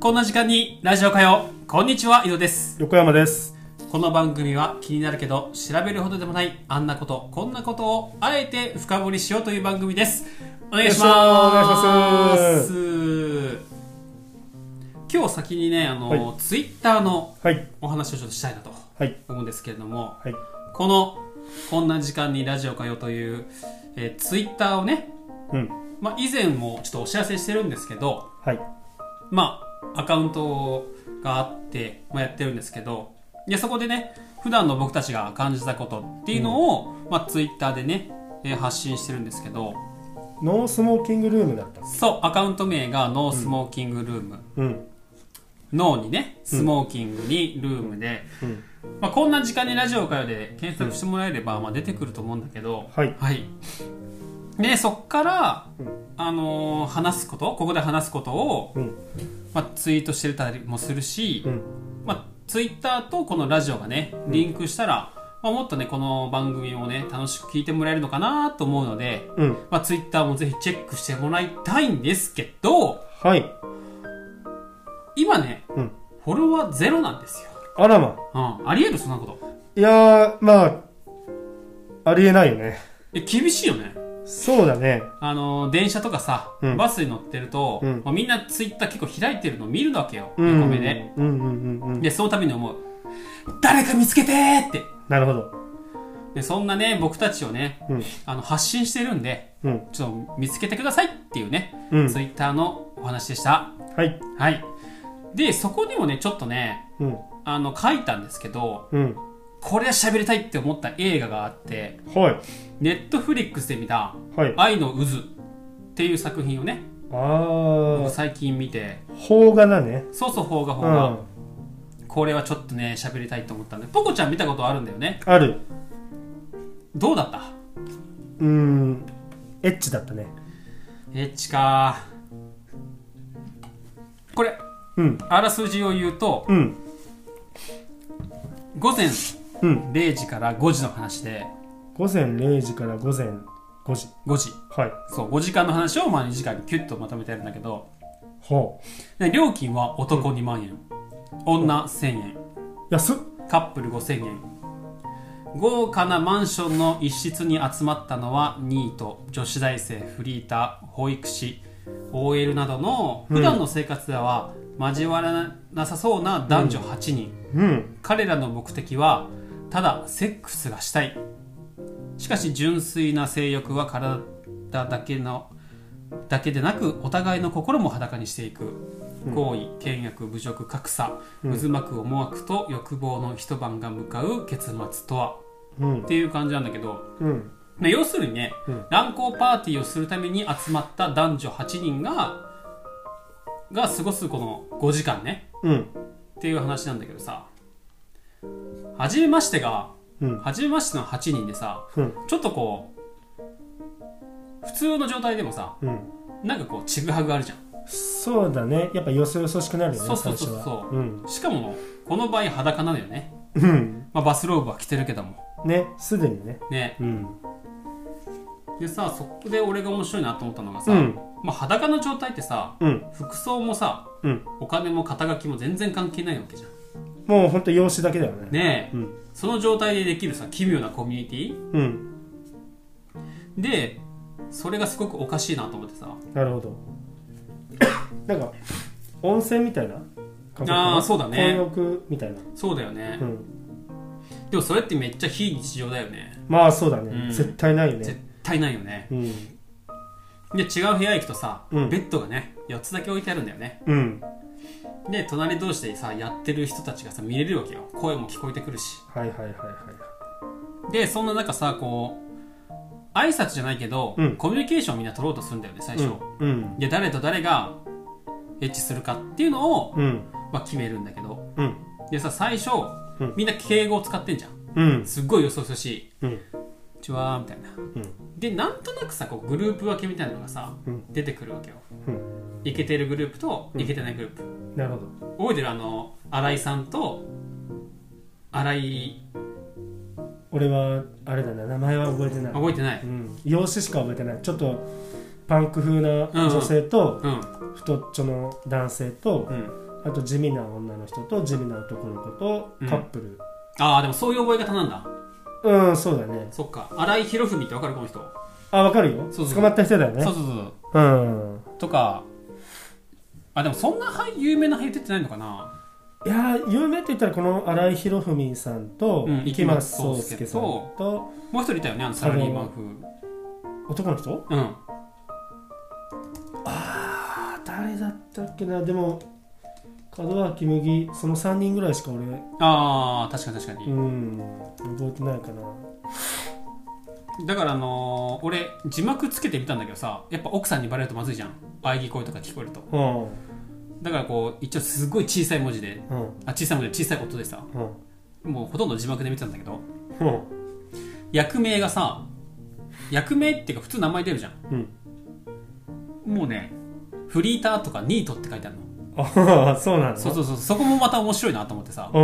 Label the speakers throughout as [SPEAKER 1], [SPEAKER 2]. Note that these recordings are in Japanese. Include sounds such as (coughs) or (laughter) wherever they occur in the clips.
[SPEAKER 1] こんな時間にラジオかよこんにちは井戸です
[SPEAKER 2] 横山です。
[SPEAKER 1] この番組は気になるけど調べるほどでもないあんなことこんなことをあえて深掘りしようという番組ですお願いします
[SPEAKER 2] お願いします
[SPEAKER 1] 今日先にねあの、
[SPEAKER 2] は
[SPEAKER 1] ツイッターの
[SPEAKER 2] はい。
[SPEAKER 1] お話をちょっとしたいなと
[SPEAKER 2] はい。
[SPEAKER 1] 思うんですけれども
[SPEAKER 2] はい。
[SPEAKER 1] このこんな時間にラジオかよという、えーツイッターをね、
[SPEAKER 2] うん。
[SPEAKER 1] まあ、以前もちょっとお知らせしてるんですけど、
[SPEAKER 2] はい。
[SPEAKER 1] まあ、アカウントがあって、まあ、やってるんですけど、いや、そこでね、普段の僕たちが感じたことっていうのを、まあ、ツイッターでね、えー発信してるんですけど、
[SPEAKER 2] ノースモーキングルームだった。
[SPEAKER 1] そう、アカウント名がノースモーキングルーム。
[SPEAKER 2] うん。
[SPEAKER 1] ノーにね、スモーキングにルームで、
[SPEAKER 2] うん。
[SPEAKER 1] まあ、こんな時間にラジオからで検索してもらえれば、まあ、出てくると思うんだけど、
[SPEAKER 2] はい。
[SPEAKER 1] はい。で、そっから、
[SPEAKER 2] うん
[SPEAKER 1] あのー話すこと、ここで話すことを、
[SPEAKER 2] うん。
[SPEAKER 1] まあ、ツイートしてたりもするし、
[SPEAKER 2] うん。
[SPEAKER 1] まあ、ツイッターとこのラジオがねリンクしたら、まあ、もっとねこの番組をね楽しく聞いてもらえるのかなと思うので、
[SPEAKER 2] うん。
[SPEAKER 1] まあ、ツイッターもぜひチェックしてもらいたいんですけど
[SPEAKER 2] はい。
[SPEAKER 1] 今ね
[SPEAKER 2] うん。
[SPEAKER 1] フォロワーゼロなんですよ、
[SPEAKER 2] あらま。
[SPEAKER 1] うん、ありえるそんなこと
[SPEAKER 2] いやー、まあ、ありえないよね。
[SPEAKER 1] え厳しいよね
[SPEAKER 2] そうだね。
[SPEAKER 1] あのー電車とかさ、
[SPEAKER 2] うん
[SPEAKER 1] バスに乗ってると、
[SPEAKER 2] うん
[SPEAKER 1] まあ、みんなツイッター結構開いてるの見るわけよ
[SPEAKER 2] うん。
[SPEAKER 1] 横目で、
[SPEAKER 2] うんうんうんうん。
[SPEAKER 1] でそのために思う誰か見つけてーって
[SPEAKER 2] なるほど。
[SPEAKER 1] でそんなね僕たちをね
[SPEAKER 2] うん。
[SPEAKER 1] あの発信してるんで
[SPEAKER 2] うん。
[SPEAKER 1] ちょっと見つけてくださいっていうね、
[SPEAKER 2] うん。
[SPEAKER 1] ツイッターのお話でした。
[SPEAKER 2] はい。
[SPEAKER 1] はい。で、そこにもね、ちょっとね、
[SPEAKER 2] うん。
[SPEAKER 1] あの、書いたんですけど、
[SPEAKER 2] うん。
[SPEAKER 1] これは喋りたいって思った映画があって、
[SPEAKER 2] はい。
[SPEAKER 1] ネットフリックスで見た、
[SPEAKER 2] はい。
[SPEAKER 1] 愛の渦っていう作品をね、僕
[SPEAKER 2] あ
[SPEAKER 1] 最近見て、
[SPEAKER 2] ー。邦画だね。
[SPEAKER 1] そうそう、邦画
[SPEAKER 2] う
[SPEAKER 1] 邦画、
[SPEAKER 2] ん。
[SPEAKER 1] これはちょっとね、喋りたいと思ったんで、ポコちゃん見たことあるんだよね。
[SPEAKER 2] ある。
[SPEAKER 1] どうだった
[SPEAKER 2] うーん。エッチだったね。
[SPEAKER 1] エッチかこれ、
[SPEAKER 2] うん。
[SPEAKER 1] あらすじを言うと、
[SPEAKER 2] うん。
[SPEAKER 1] 午前
[SPEAKER 2] うん。
[SPEAKER 1] 0時から5時の話で、
[SPEAKER 2] 午前0時から午前5時。
[SPEAKER 1] 5時。
[SPEAKER 2] はい。
[SPEAKER 1] そう5時間の話をまあ2時間にキュッとまとめてやるんだけど
[SPEAKER 2] ほ
[SPEAKER 1] で料金は男2万円女1000円
[SPEAKER 2] う。安っ。
[SPEAKER 1] カップル5000円豪華なマンションの一室に集まったのはニート女子大生フリーター保育士 OL などの普段の生活では交わらなさそうな男女8人、
[SPEAKER 2] うん。
[SPEAKER 1] 彼らの目的はただセックスがしたいしかし純粋な性欲は体だけのだけでなくお互いの心も裸にしていく行為倹約侮辱格差
[SPEAKER 2] うん
[SPEAKER 1] 渦巻く思惑と欲望の一晩が向かう結末とは
[SPEAKER 2] うん
[SPEAKER 1] っ。ていう感じなんだけど、
[SPEAKER 2] うん。
[SPEAKER 1] まあ、要するにね、
[SPEAKER 2] うん
[SPEAKER 1] 乱交パーティーをするために集まった男女8人がが過ごすこの5時間ね
[SPEAKER 2] うん。
[SPEAKER 1] っていう話なんだけどさ初めましてが
[SPEAKER 2] うん。
[SPEAKER 1] 初めましての8人でさ
[SPEAKER 2] うん。
[SPEAKER 1] ちょっとこう普通の状態でもさ
[SPEAKER 2] うん。
[SPEAKER 1] なんかこうちぐはぐあるじゃ
[SPEAKER 2] そうだね。やっぱよそよそしくなるよね、
[SPEAKER 1] そうそうそう
[SPEAKER 2] 最初は。うん。
[SPEAKER 1] んしかもこの場合裸なのよね、
[SPEAKER 2] うん。
[SPEAKER 1] まあ、バスローブは着てるけども
[SPEAKER 2] ね、すでにね。
[SPEAKER 1] ね
[SPEAKER 2] うん。
[SPEAKER 1] でさそこで俺が面白いなと思ったのがさ、
[SPEAKER 2] うん。
[SPEAKER 1] まあ、裸の状態ってさ
[SPEAKER 2] うん。
[SPEAKER 1] 服装もさ
[SPEAKER 2] うん。
[SPEAKER 1] お金も肩書きも全然関係ないわけじゃん
[SPEAKER 2] もうほんと容姿だけだよね。
[SPEAKER 1] ねえ
[SPEAKER 2] うん。
[SPEAKER 1] その状態でできるさ奇妙なコミュニティ
[SPEAKER 2] うん。
[SPEAKER 1] でそれがすごくおかしいなと思ってさ
[SPEAKER 2] なるほど。 (coughs) なんか、温泉みたいな感
[SPEAKER 1] あーそうだね
[SPEAKER 2] 混浴みたいな。
[SPEAKER 1] そうだよね
[SPEAKER 2] う、ん。
[SPEAKER 1] でもそれってめっちゃ非日常だよね
[SPEAKER 2] まあそうだね。
[SPEAKER 1] うん
[SPEAKER 2] 絶対ないよ
[SPEAKER 1] 絶
[SPEAKER 2] ね。
[SPEAKER 1] 対ないよね
[SPEAKER 2] うん。
[SPEAKER 1] で違う部屋行くとさ、
[SPEAKER 2] うん
[SPEAKER 1] ベッドがね4つだけ置いてあるんだよね
[SPEAKER 2] うん。
[SPEAKER 1] で隣同士でさやってる人たちがさ見れるわけよ声も聞こえてくるし
[SPEAKER 2] はいはいはいはい。
[SPEAKER 1] でそんな中さこう挨拶じゃないけど、
[SPEAKER 2] うん
[SPEAKER 1] コミュニケーションをみんな取ろうとするんだよね最初、
[SPEAKER 2] うん。
[SPEAKER 1] で誰と誰がエッチするかっていうのを、
[SPEAKER 2] うん。
[SPEAKER 1] まあ、決めるんだけど
[SPEAKER 2] うん。
[SPEAKER 1] でさ最初、
[SPEAKER 2] うん
[SPEAKER 1] みんな敬語を使ってんじゃん
[SPEAKER 2] うん。
[SPEAKER 1] すっごいよそよそしい
[SPEAKER 2] う
[SPEAKER 1] 「こ
[SPEAKER 2] ん。
[SPEAKER 1] んにちは」みたいな
[SPEAKER 2] うん。
[SPEAKER 1] でなんとなくさこうグループ分けみたいなのがさ、
[SPEAKER 2] うん
[SPEAKER 1] 出てくるわけよ
[SPEAKER 2] うん。
[SPEAKER 1] イケてるグループと
[SPEAKER 2] うん
[SPEAKER 1] イケてないグループ、
[SPEAKER 2] なるほど。
[SPEAKER 1] 覚えてるあの新井さんと新井
[SPEAKER 2] 俺はあれだな名前は覚えてない、
[SPEAKER 1] 覚えてない
[SPEAKER 2] うん、容姿しか覚えてないちょっとパンク風な女性と
[SPEAKER 1] うん
[SPEAKER 2] 太っちょの男性と
[SPEAKER 1] う、ん
[SPEAKER 2] あと地味な女の人と地味な男の子とカップル
[SPEAKER 1] ああでもそういう覚え方なんだ
[SPEAKER 2] うん、そうだね
[SPEAKER 1] そっか荒井博文ってわかるこの人、
[SPEAKER 2] あわかるよ
[SPEAKER 1] そうそう
[SPEAKER 2] 捕まった人だよね
[SPEAKER 1] そうそうそう
[SPEAKER 2] うん
[SPEAKER 1] とかあでもそんな俳有名な俳優出てないのかない
[SPEAKER 2] やー有名って言ったらこの荒井博文さんと
[SPEAKER 1] うん
[SPEAKER 2] 池松壮亮さんと
[SPEAKER 1] もう一人いたよねあのサラリーマン風
[SPEAKER 2] 男の人
[SPEAKER 1] うん
[SPEAKER 2] あ誰だったっけなでも門脇麦その3人ぐらいしか俺
[SPEAKER 1] ああ確かに確かに、
[SPEAKER 2] うん覚えてないかな
[SPEAKER 1] だからあのー俺字幕つけてみたんだけどさやっぱ奥さんにバレるとまずいじゃん喘ぎ声とか聞こえると
[SPEAKER 2] うんうん
[SPEAKER 1] だからこう一応すごい小さい文字であ小さい文字で小さい音でさ
[SPEAKER 2] うん
[SPEAKER 1] もうほとんど字幕で見てたんだけど
[SPEAKER 2] うん
[SPEAKER 1] 役名がさ役名っていうか普通名前出るじゃん
[SPEAKER 2] うん
[SPEAKER 1] もうねフリーターとかニートって書いてあるの
[SPEAKER 2] ああそうなの
[SPEAKER 1] そうそうそうそこもまた面白いなと思ってさ
[SPEAKER 2] う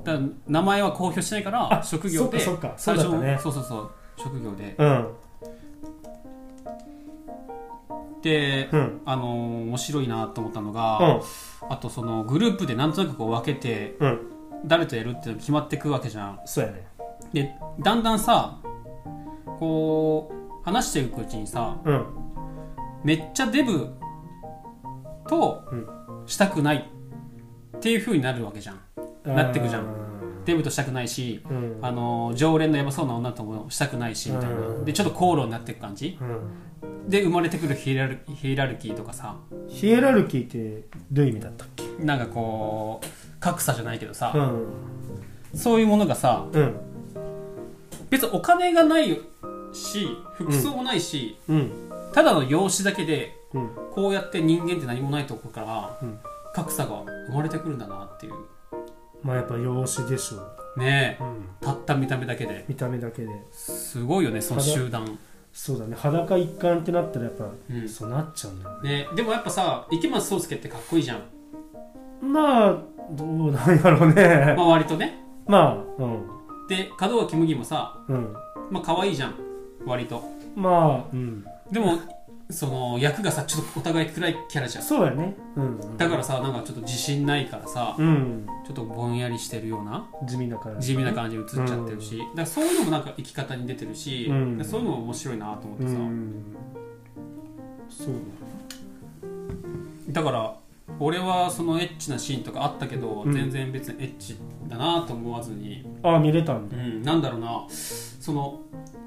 [SPEAKER 2] ん
[SPEAKER 1] だから名前は公表しないから
[SPEAKER 2] あ
[SPEAKER 1] 職業で
[SPEAKER 2] そっかそ
[SPEAKER 1] 最
[SPEAKER 2] っかそ
[SPEAKER 1] 初
[SPEAKER 2] うだったね
[SPEAKER 1] そうそうそう職業で
[SPEAKER 2] うん
[SPEAKER 1] で
[SPEAKER 2] うん
[SPEAKER 1] あのー面白いなと思ったのが、
[SPEAKER 2] うん
[SPEAKER 1] あとそのグループでなんとなくこう分けて
[SPEAKER 2] うん
[SPEAKER 1] 誰とやるっていうのが決まってくわけじゃん
[SPEAKER 2] そうやね
[SPEAKER 1] でだんだんさこう話していくうちにさ
[SPEAKER 2] うん
[SPEAKER 1] めっちゃデブと
[SPEAKER 2] うん
[SPEAKER 1] したくないっていう風になるわけじゃんなってくじゃん
[SPEAKER 2] ん
[SPEAKER 1] デブとしたくないし、
[SPEAKER 2] うん
[SPEAKER 1] あのー常連のやばそうな女ともしたくないしみたいな
[SPEAKER 2] うん
[SPEAKER 1] でちょっと口論になっていく感じ
[SPEAKER 2] うん
[SPEAKER 1] で生まれてくるヒエラルヒエラルキーとかさ
[SPEAKER 2] ヒエラルキーってどういう意味だったっけ
[SPEAKER 1] なんかこう格差じゃないけどさ、
[SPEAKER 2] うん
[SPEAKER 1] そういうものがさ
[SPEAKER 2] うん
[SPEAKER 1] 別にお金がないし服装もないし、
[SPEAKER 2] うん
[SPEAKER 1] ただの容姿だけで
[SPEAKER 2] うん
[SPEAKER 1] こうやって人間って何もないところから、
[SPEAKER 2] うん
[SPEAKER 1] 格差が生まれてくるんだなっていう
[SPEAKER 2] まあやっぱ容姿でしょ
[SPEAKER 1] ねえ
[SPEAKER 2] う、うん、
[SPEAKER 1] たった見た目だけで
[SPEAKER 2] 見た目だけです
[SPEAKER 1] ごいよねその集団、
[SPEAKER 2] そうだね裸一貫ってなったらやっぱ、
[SPEAKER 1] うん
[SPEAKER 2] そうなっちゃうんだ
[SPEAKER 1] ねえ、でもやっぱさ池松壮亮ってかっこいいじゃん、
[SPEAKER 2] まあどうなんやろうね
[SPEAKER 1] まあ、割とね
[SPEAKER 2] まあうん
[SPEAKER 1] で門脇麦もさ
[SPEAKER 2] うん
[SPEAKER 1] まあ可愛いじゃん割と
[SPEAKER 2] まあうん
[SPEAKER 1] でもその役がさちょっとお互い暗いキャラじゃん
[SPEAKER 2] そうやねうん、うん、
[SPEAKER 1] だからさなんかちょっと自信ないからさ
[SPEAKER 2] うん
[SPEAKER 1] ちょっとぼんやりしてるような
[SPEAKER 2] 地味な感じ
[SPEAKER 1] 地味な感じに映っちゃってるし、だからそういうのもなんか生き方に出てるし、
[SPEAKER 2] うん
[SPEAKER 1] でそういうのも面白いなと思って
[SPEAKER 2] う
[SPEAKER 1] さ、
[SPEAKER 2] んそう
[SPEAKER 1] だから俺はそのエッチなシーンとかあったけど、
[SPEAKER 2] うん
[SPEAKER 1] 全然別にエッチだなと思わずに、
[SPEAKER 2] ああ見れたん
[SPEAKER 1] う
[SPEAKER 2] だ
[SPEAKER 1] ん、なんだろうなその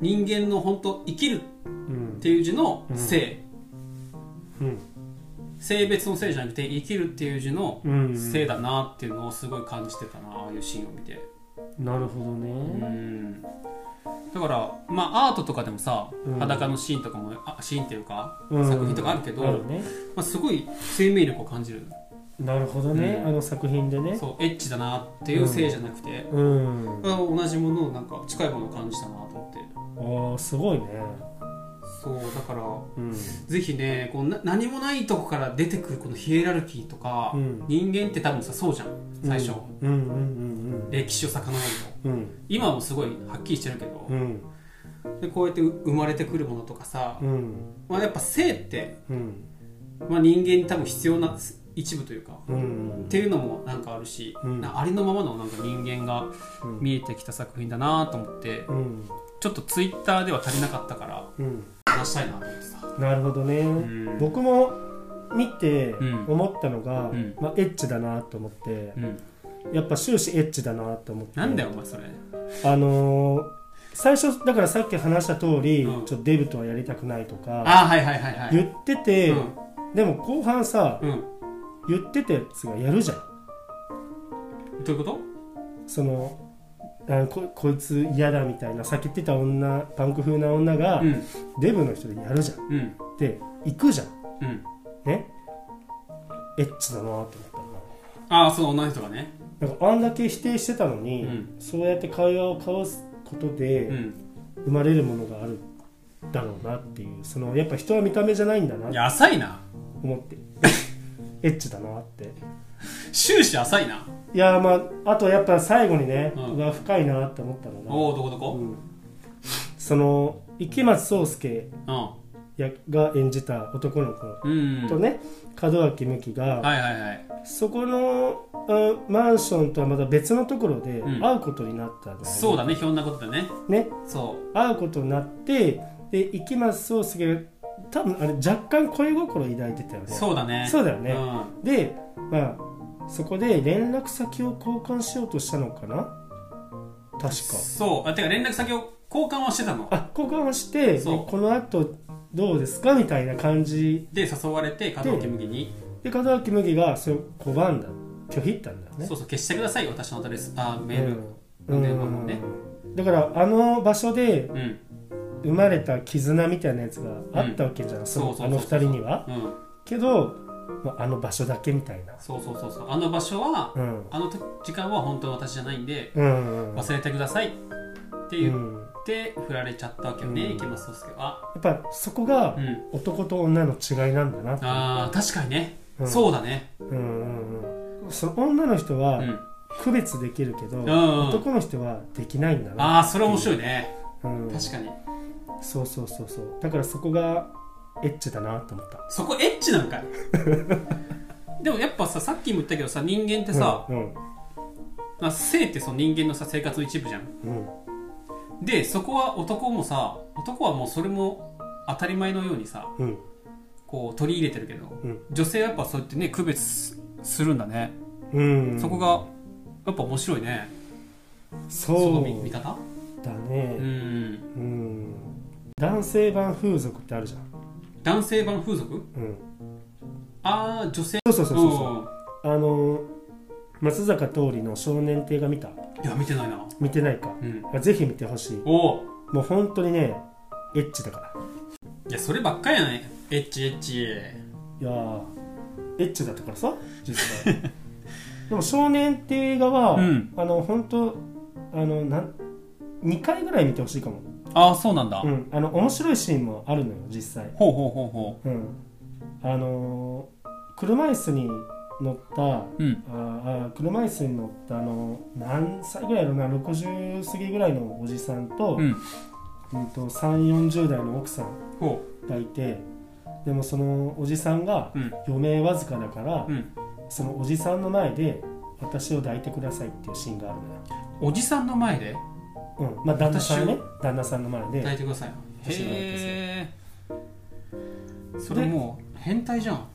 [SPEAKER 1] 人間の本当生きるっ
[SPEAKER 2] うん
[SPEAKER 1] ていう字の性、
[SPEAKER 2] うん
[SPEAKER 1] 性別の性じゃなくて生きるっていう字の
[SPEAKER 2] うん
[SPEAKER 1] 性だなっていうのをすごい感じてたなああいうシーンを見て、
[SPEAKER 2] なるほど
[SPEAKER 1] う
[SPEAKER 2] ね
[SPEAKER 1] ん、だからまあアートとかでもさ、
[SPEAKER 2] うん
[SPEAKER 1] 裸のシーンとかもあシーンっていうか
[SPEAKER 2] うん
[SPEAKER 1] 作品とかあるけど
[SPEAKER 2] あるね
[SPEAKER 1] まあ、すごい生命力を感じる、
[SPEAKER 2] なるほどね、
[SPEAKER 1] うん
[SPEAKER 2] あの作品でね
[SPEAKER 1] そうエッチだなっていう性じゃなくて、
[SPEAKER 2] うん
[SPEAKER 1] あ同じものをなんか近いものを感じたなと思って
[SPEAKER 2] ああすごいね
[SPEAKER 1] そうだから
[SPEAKER 2] うん
[SPEAKER 1] ぜひねこうな何もないとこから出てくるこのヒエラルキーとか、
[SPEAKER 2] うん
[SPEAKER 1] 人間って多分さそうじゃん最初、
[SPEAKER 2] うんうんうん
[SPEAKER 1] 歴史を遡ると
[SPEAKER 2] うんうん
[SPEAKER 1] 今もすごいはっきりしてるけど
[SPEAKER 2] う、ん
[SPEAKER 1] でこうやって生まれてくるものとかさ、
[SPEAKER 2] うん
[SPEAKER 1] まあ、やっぱ性って、
[SPEAKER 2] うん
[SPEAKER 1] まあ、人間に多分必要な一部というか、
[SPEAKER 2] うん
[SPEAKER 1] っていうのもなんかあるし、
[SPEAKER 2] うん
[SPEAKER 1] なありのままのなんか人間が
[SPEAKER 2] うん
[SPEAKER 1] 見えてきた作品だなと思って、
[SPEAKER 2] うん
[SPEAKER 1] ちょっとツイッターでは足りなかったから
[SPEAKER 2] うん
[SPEAKER 1] 話したいなと思ってさ、
[SPEAKER 2] なるほどね、
[SPEAKER 1] ん
[SPEAKER 2] 僕も見て
[SPEAKER 1] うん
[SPEAKER 2] 思ったのが、
[SPEAKER 1] うん
[SPEAKER 2] まあ、エッチだなと思って
[SPEAKER 1] う、ん、
[SPEAKER 2] やっぱ終始エッチだなと思って
[SPEAKER 1] なんだよお前それ
[SPEAKER 2] あのー最初だからさっき話した通り、
[SPEAKER 1] うん
[SPEAKER 2] ちょっとデブとはやりたくないとか
[SPEAKER 1] ああはいはいはいはい
[SPEAKER 2] 言ってて、
[SPEAKER 1] うん
[SPEAKER 2] でも後半さ
[SPEAKER 1] うん
[SPEAKER 2] 言ってたやつがやるじゃん
[SPEAKER 1] どういうこと
[SPEAKER 2] そのあここいつ嫌だみたいな避けてた女パンク風な女が、
[SPEAKER 1] うん
[SPEAKER 2] デブの人でやるじゃん
[SPEAKER 1] うん
[SPEAKER 2] で行くじゃん
[SPEAKER 1] うん
[SPEAKER 2] ねエッチだなと思ったの
[SPEAKER 1] ああその女の人がね
[SPEAKER 2] なんかあんだけ否定してたのに、
[SPEAKER 1] うん
[SPEAKER 2] そうやって会話を交わすこと
[SPEAKER 1] う
[SPEAKER 2] で
[SPEAKER 1] ん
[SPEAKER 2] 生まれるものがあるだろうなっていうそのやっぱ人は見た目じゃないんだない
[SPEAKER 1] や浅いな
[SPEAKER 2] 思って (laughs) エッチだなって
[SPEAKER 1] 終始浅いない
[SPEAKER 2] やーまああとやっぱ最後にね、
[SPEAKER 1] う
[SPEAKER 2] うんわ深いなって思ったのが、
[SPEAKER 1] おおどこど
[SPEAKER 2] う
[SPEAKER 1] こ
[SPEAKER 2] んその池松壮亮
[SPEAKER 1] うん
[SPEAKER 2] やが演じた男の子
[SPEAKER 1] うん
[SPEAKER 2] とね、門脇麦が、
[SPEAKER 1] はいはいはい
[SPEAKER 2] そこのあマンションとはまた別のところで
[SPEAKER 1] うん
[SPEAKER 2] 会うことになったんだよね,、
[SPEAKER 1] そうだねひょんなことでね
[SPEAKER 2] ね
[SPEAKER 1] そ
[SPEAKER 2] 会うことになってで行きますそうすげ多分あれ若干恋心抱いてたよ
[SPEAKER 1] う
[SPEAKER 2] ね
[SPEAKER 1] そうだね
[SPEAKER 2] そうだよね、
[SPEAKER 1] うん
[SPEAKER 2] でまあそこで連絡先を交換しようとしたのかな確か
[SPEAKER 1] そうあてか連絡先を交換はしてたの
[SPEAKER 2] あ交換をしてで
[SPEAKER 1] そう
[SPEAKER 2] このあとどうですかみたいな感じ
[SPEAKER 1] で誘われて加藤君に、
[SPEAKER 2] で門脇麦がそれを拒んだ拒否ったんだよね
[SPEAKER 1] そうそう消してください私のアドレスあメール
[SPEAKER 2] うん
[SPEAKER 1] 電話もね
[SPEAKER 2] うんだからあの場所で
[SPEAKER 1] うん、うん
[SPEAKER 2] 生まれた絆みたいなやつがあったわけじゃん、そ
[SPEAKER 1] そうそう
[SPEAKER 2] の
[SPEAKER 1] そうそう
[SPEAKER 2] あの二人にはけど、まあ、あの場所だけみたいな
[SPEAKER 1] そうそうそうそうあの場所は
[SPEAKER 2] うん
[SPEAKER 1] あの時時間は本当は私じゃないんで
[SPEAKER 2] うんうん
[SPEAKER 1] 忘れてくださいって言
[SPEAKER 2] うん
[SPEAKER 1] って振られちゃったわけよね、
[SPEAKER 2] うん
[SPEAKER 1] 池松壮亮は
[SPEAKER 2] やっぱそこが
[SPEAKER 1] うん
[SPEAKER 2] 男と女の違いなんだな
[SPEAKER 1] あー確かにね、
[SPEAKER 2] うん
[SPEAKER 1] そうだね
[SPEAKER 2] うんうんうんその女の人
[SPEAKER 1] う
[SPEAKER 2] は
[SPEAKER 1] ん
[SPEAKER 2] 区別できるけど、
[SPEAKER 1] んうん
[SPEAKER 2] 男の人はできないんだな、
[SPEAKER 1] ああそれ面白いね、
[SPEAKER 2] うん、
[SPEAKER 1] 確かに
[SPEAKER 2] そうそうそうそうだからそこがエッチだなと思った
[SPEAKER 1] そこエッチなん
[SPEAKER 2] (laughs)
[SPEAKER 1] かいでもやっぱささっきも言ったけどさ人間ってさ、
[SPEAKER 2] うん
[SPEAKER 1] まあ、性ってその人間のさ生活の一部じゃん
[SPEAKER 2] うん
[SPEAKER 1] でそこは男もさ男はもうそれも当たり前のようにさ
[SPEAKER 2] うん
[SPEAKER 1] こう取り入れてるけど、
[SPEAKER 2] うん
[SPEAKER 1] 女性はやっぱそうやってね区別すするんだね、
[SPEAKER 2] うん、うん、
[SPEAKER 1] そこがやっぱ面白いねそ
[SPEAKER 2] そ
[SPEAKER 1] の見見
[SPEAKER 2] う
[SPEAKER 1] 方
[SPEAKER 2] だ
[SPEAKER 1] う
[SPEAKER 2] ね
[SPEAKER 1] ん
[SPEAKER 2] うん、男性版風俗ってあるじゃん、
[SPEAKER 1] 男性版風俗
[SPEAKER 2] うん、
[SPEAKER 1] ああ女性
[SPEAKER 2] そうそうそうそうそうあの松坂桃李の少年亭が見た
[SPEAKER 1] うんいや見てないな
[SPEAKER 2] 見てないか
[SPEAKER 1] うん
[SPEAKER 2] あぜひ見てほしい
[SPEAKER 1] おお
[SPEAKER 2] もう本当にねエッチだから
[SPEAKER 1] いやそればっかりやねエッチエッチ
[SPEAKER 2] いやーエッチだったからさ実はでも少年っていう映画は、
[SPEAKER 1] うん
[SPEAKER 2] あの本当あのなん2回ぐらい見てほしいかも、
[SPEAKER 1] ああそうなんだ、
[SPEAKER 2] うん、あの面白いシーンもあるのよ実際、
[SPEAKER 1] ほうほうほうほ
[SPEAKER 2] うん、あのー車椅子に乗った
[SPEAKER 1] ううん
[SPEAKER 2] あーあー車椅子に乗ったあの何歳ぐらいだろうな60過ぎぐらいのおじさんと,、
[SPEAKER 1] うん
[SPEAKER 2] うんと3 4 0代の奥さん
[SPEAKER 1] ほ
[SPEAKER 2] がいてでもそのおじさんが
[SPEAKER 1] ううん
[SPEAKER 2] 余命わずかだから
[SPEAKER 1] う、ん
[SPEAKER 2] そのおじさんの前で私を抱いてくださいっていうシーンがあるの
[SPEAKER 1] おじさんの前で
[SPEAKER 2] よ、うんまあ、旦那さんね
[SPEAKER 1] 私
[SPEAKER 2] 旦那さんの前で
[SPEAKER 1] 抱いてください
[SPEAKER 2] 私の前ですよ
[SPEAKER 1] へえそれもう変態じゃん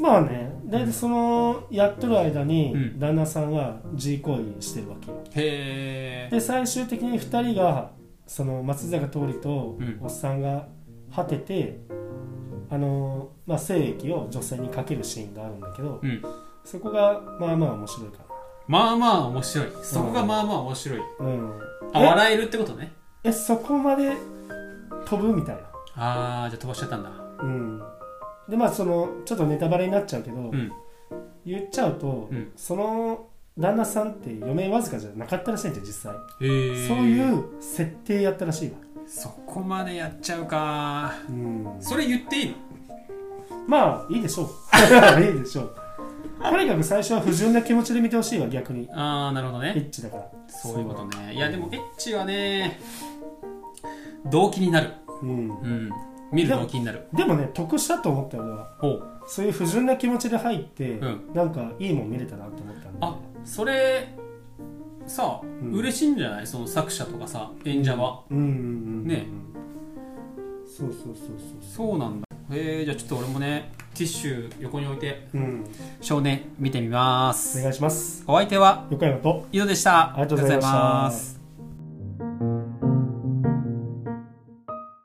[SPEAKER 2] まあね大体そのやっとる間
[SPEAKER 1] う
[SPEAKER 2] に
[SPEAKER 1] ん
[SPEAKER 2] 旦那さんは G 行為してるわけよ
[SPEAKER 1] へえ
[SPEAKER 2] で最終的に2人がその松坂桃李と
[SPEAKER 1] うん
[SPEAKER 2] おっさんが果てて、あのまあ、精液を女性にかけるシーンがあるんだけど、
[SPEAKER 1] うん
[SPEAKER 2] そこがまあまあ面白いか
[SPEAKER 1] まあまあ面白いそこがまあまあ面白い
[SPEAKER 2] な、うん、
[SPEAKER 1] あ
[SPEAKER 2] え
[SPEAKER 1] 笑えるってことね
[SPEAKER 2] えそこまで飛ぶみたいな
[SPEAKER 1] ああじゃあ飛ばしちゃったんだ
[SPEAKER 2] うんでまあそのちょっとネタバレになっちゃうけど、
[SPEAKER 1] うん
[SPEAKER 2] 言っちゃうと、
[SPEAKER 1] うん
[SPEAKER 2] その旦那さんって余命わずかじゃなかったらしいんじゃ実際、
[SPEAKER 1] へえ
[SPEAKER 2] そういう設定やったらしいわ、
[SPEAKER 1] そこまでやっちゃうか
[SPEAKER 2] うん、
[SPEAKER 1] それ言っていいの
[SPEAKER 2] まあいいでしょう (laughs) いいでしょうとにかく最初は不純な気持ちで見てほしいわ逆に
[SPEAKER 1] ああなるほど
[SPEAKER 2] エ
[SPEAKER 1] ね
[SPEAKER 2] ッチだから
[SPEAKER 1] そういうことねいやでもエッチはね動機になる
[SPEAKER 2] うん
[SPEAKER 1] うん見る動機になる
[SPEAKER 2] でもね得したと思ったよ俺は
[SPEAKER 1] ほう
[SPEAKER 2] そういう不純な気持ちで入って、
[SPEAKER 1] う
[SPEAKER 2] なんかいいもん見れたなと思ったんで
[SPEAKER 1] あそれさあ、
[SPEAKER 2] ん
[SPEAKER 1] 嬉しいんじゃないその作者とかさ演者は、
[SPEAKER 2] うんうんうんうん
[SPEAKER 1] ね
[SPEAKER 2] そうそうそうそう
[SPEAKER 1] そうなんだへえじゃあちょっと俺もねティッシュ横に置いて
[SPEAKER 2] そううん
[SPEAKER 1] 少年見てみま
[SPEAKER 2] お
[SPEAKER 1] す
[SPEAKER 2] 願いします
[SPEAKER 1] お相手は
[SPEAKER 2] 横山と
[SPEAKER 1] 井戸でした
[SPEAKER 2] ありがとうございました
[SPEAKER 1] ありがとうございます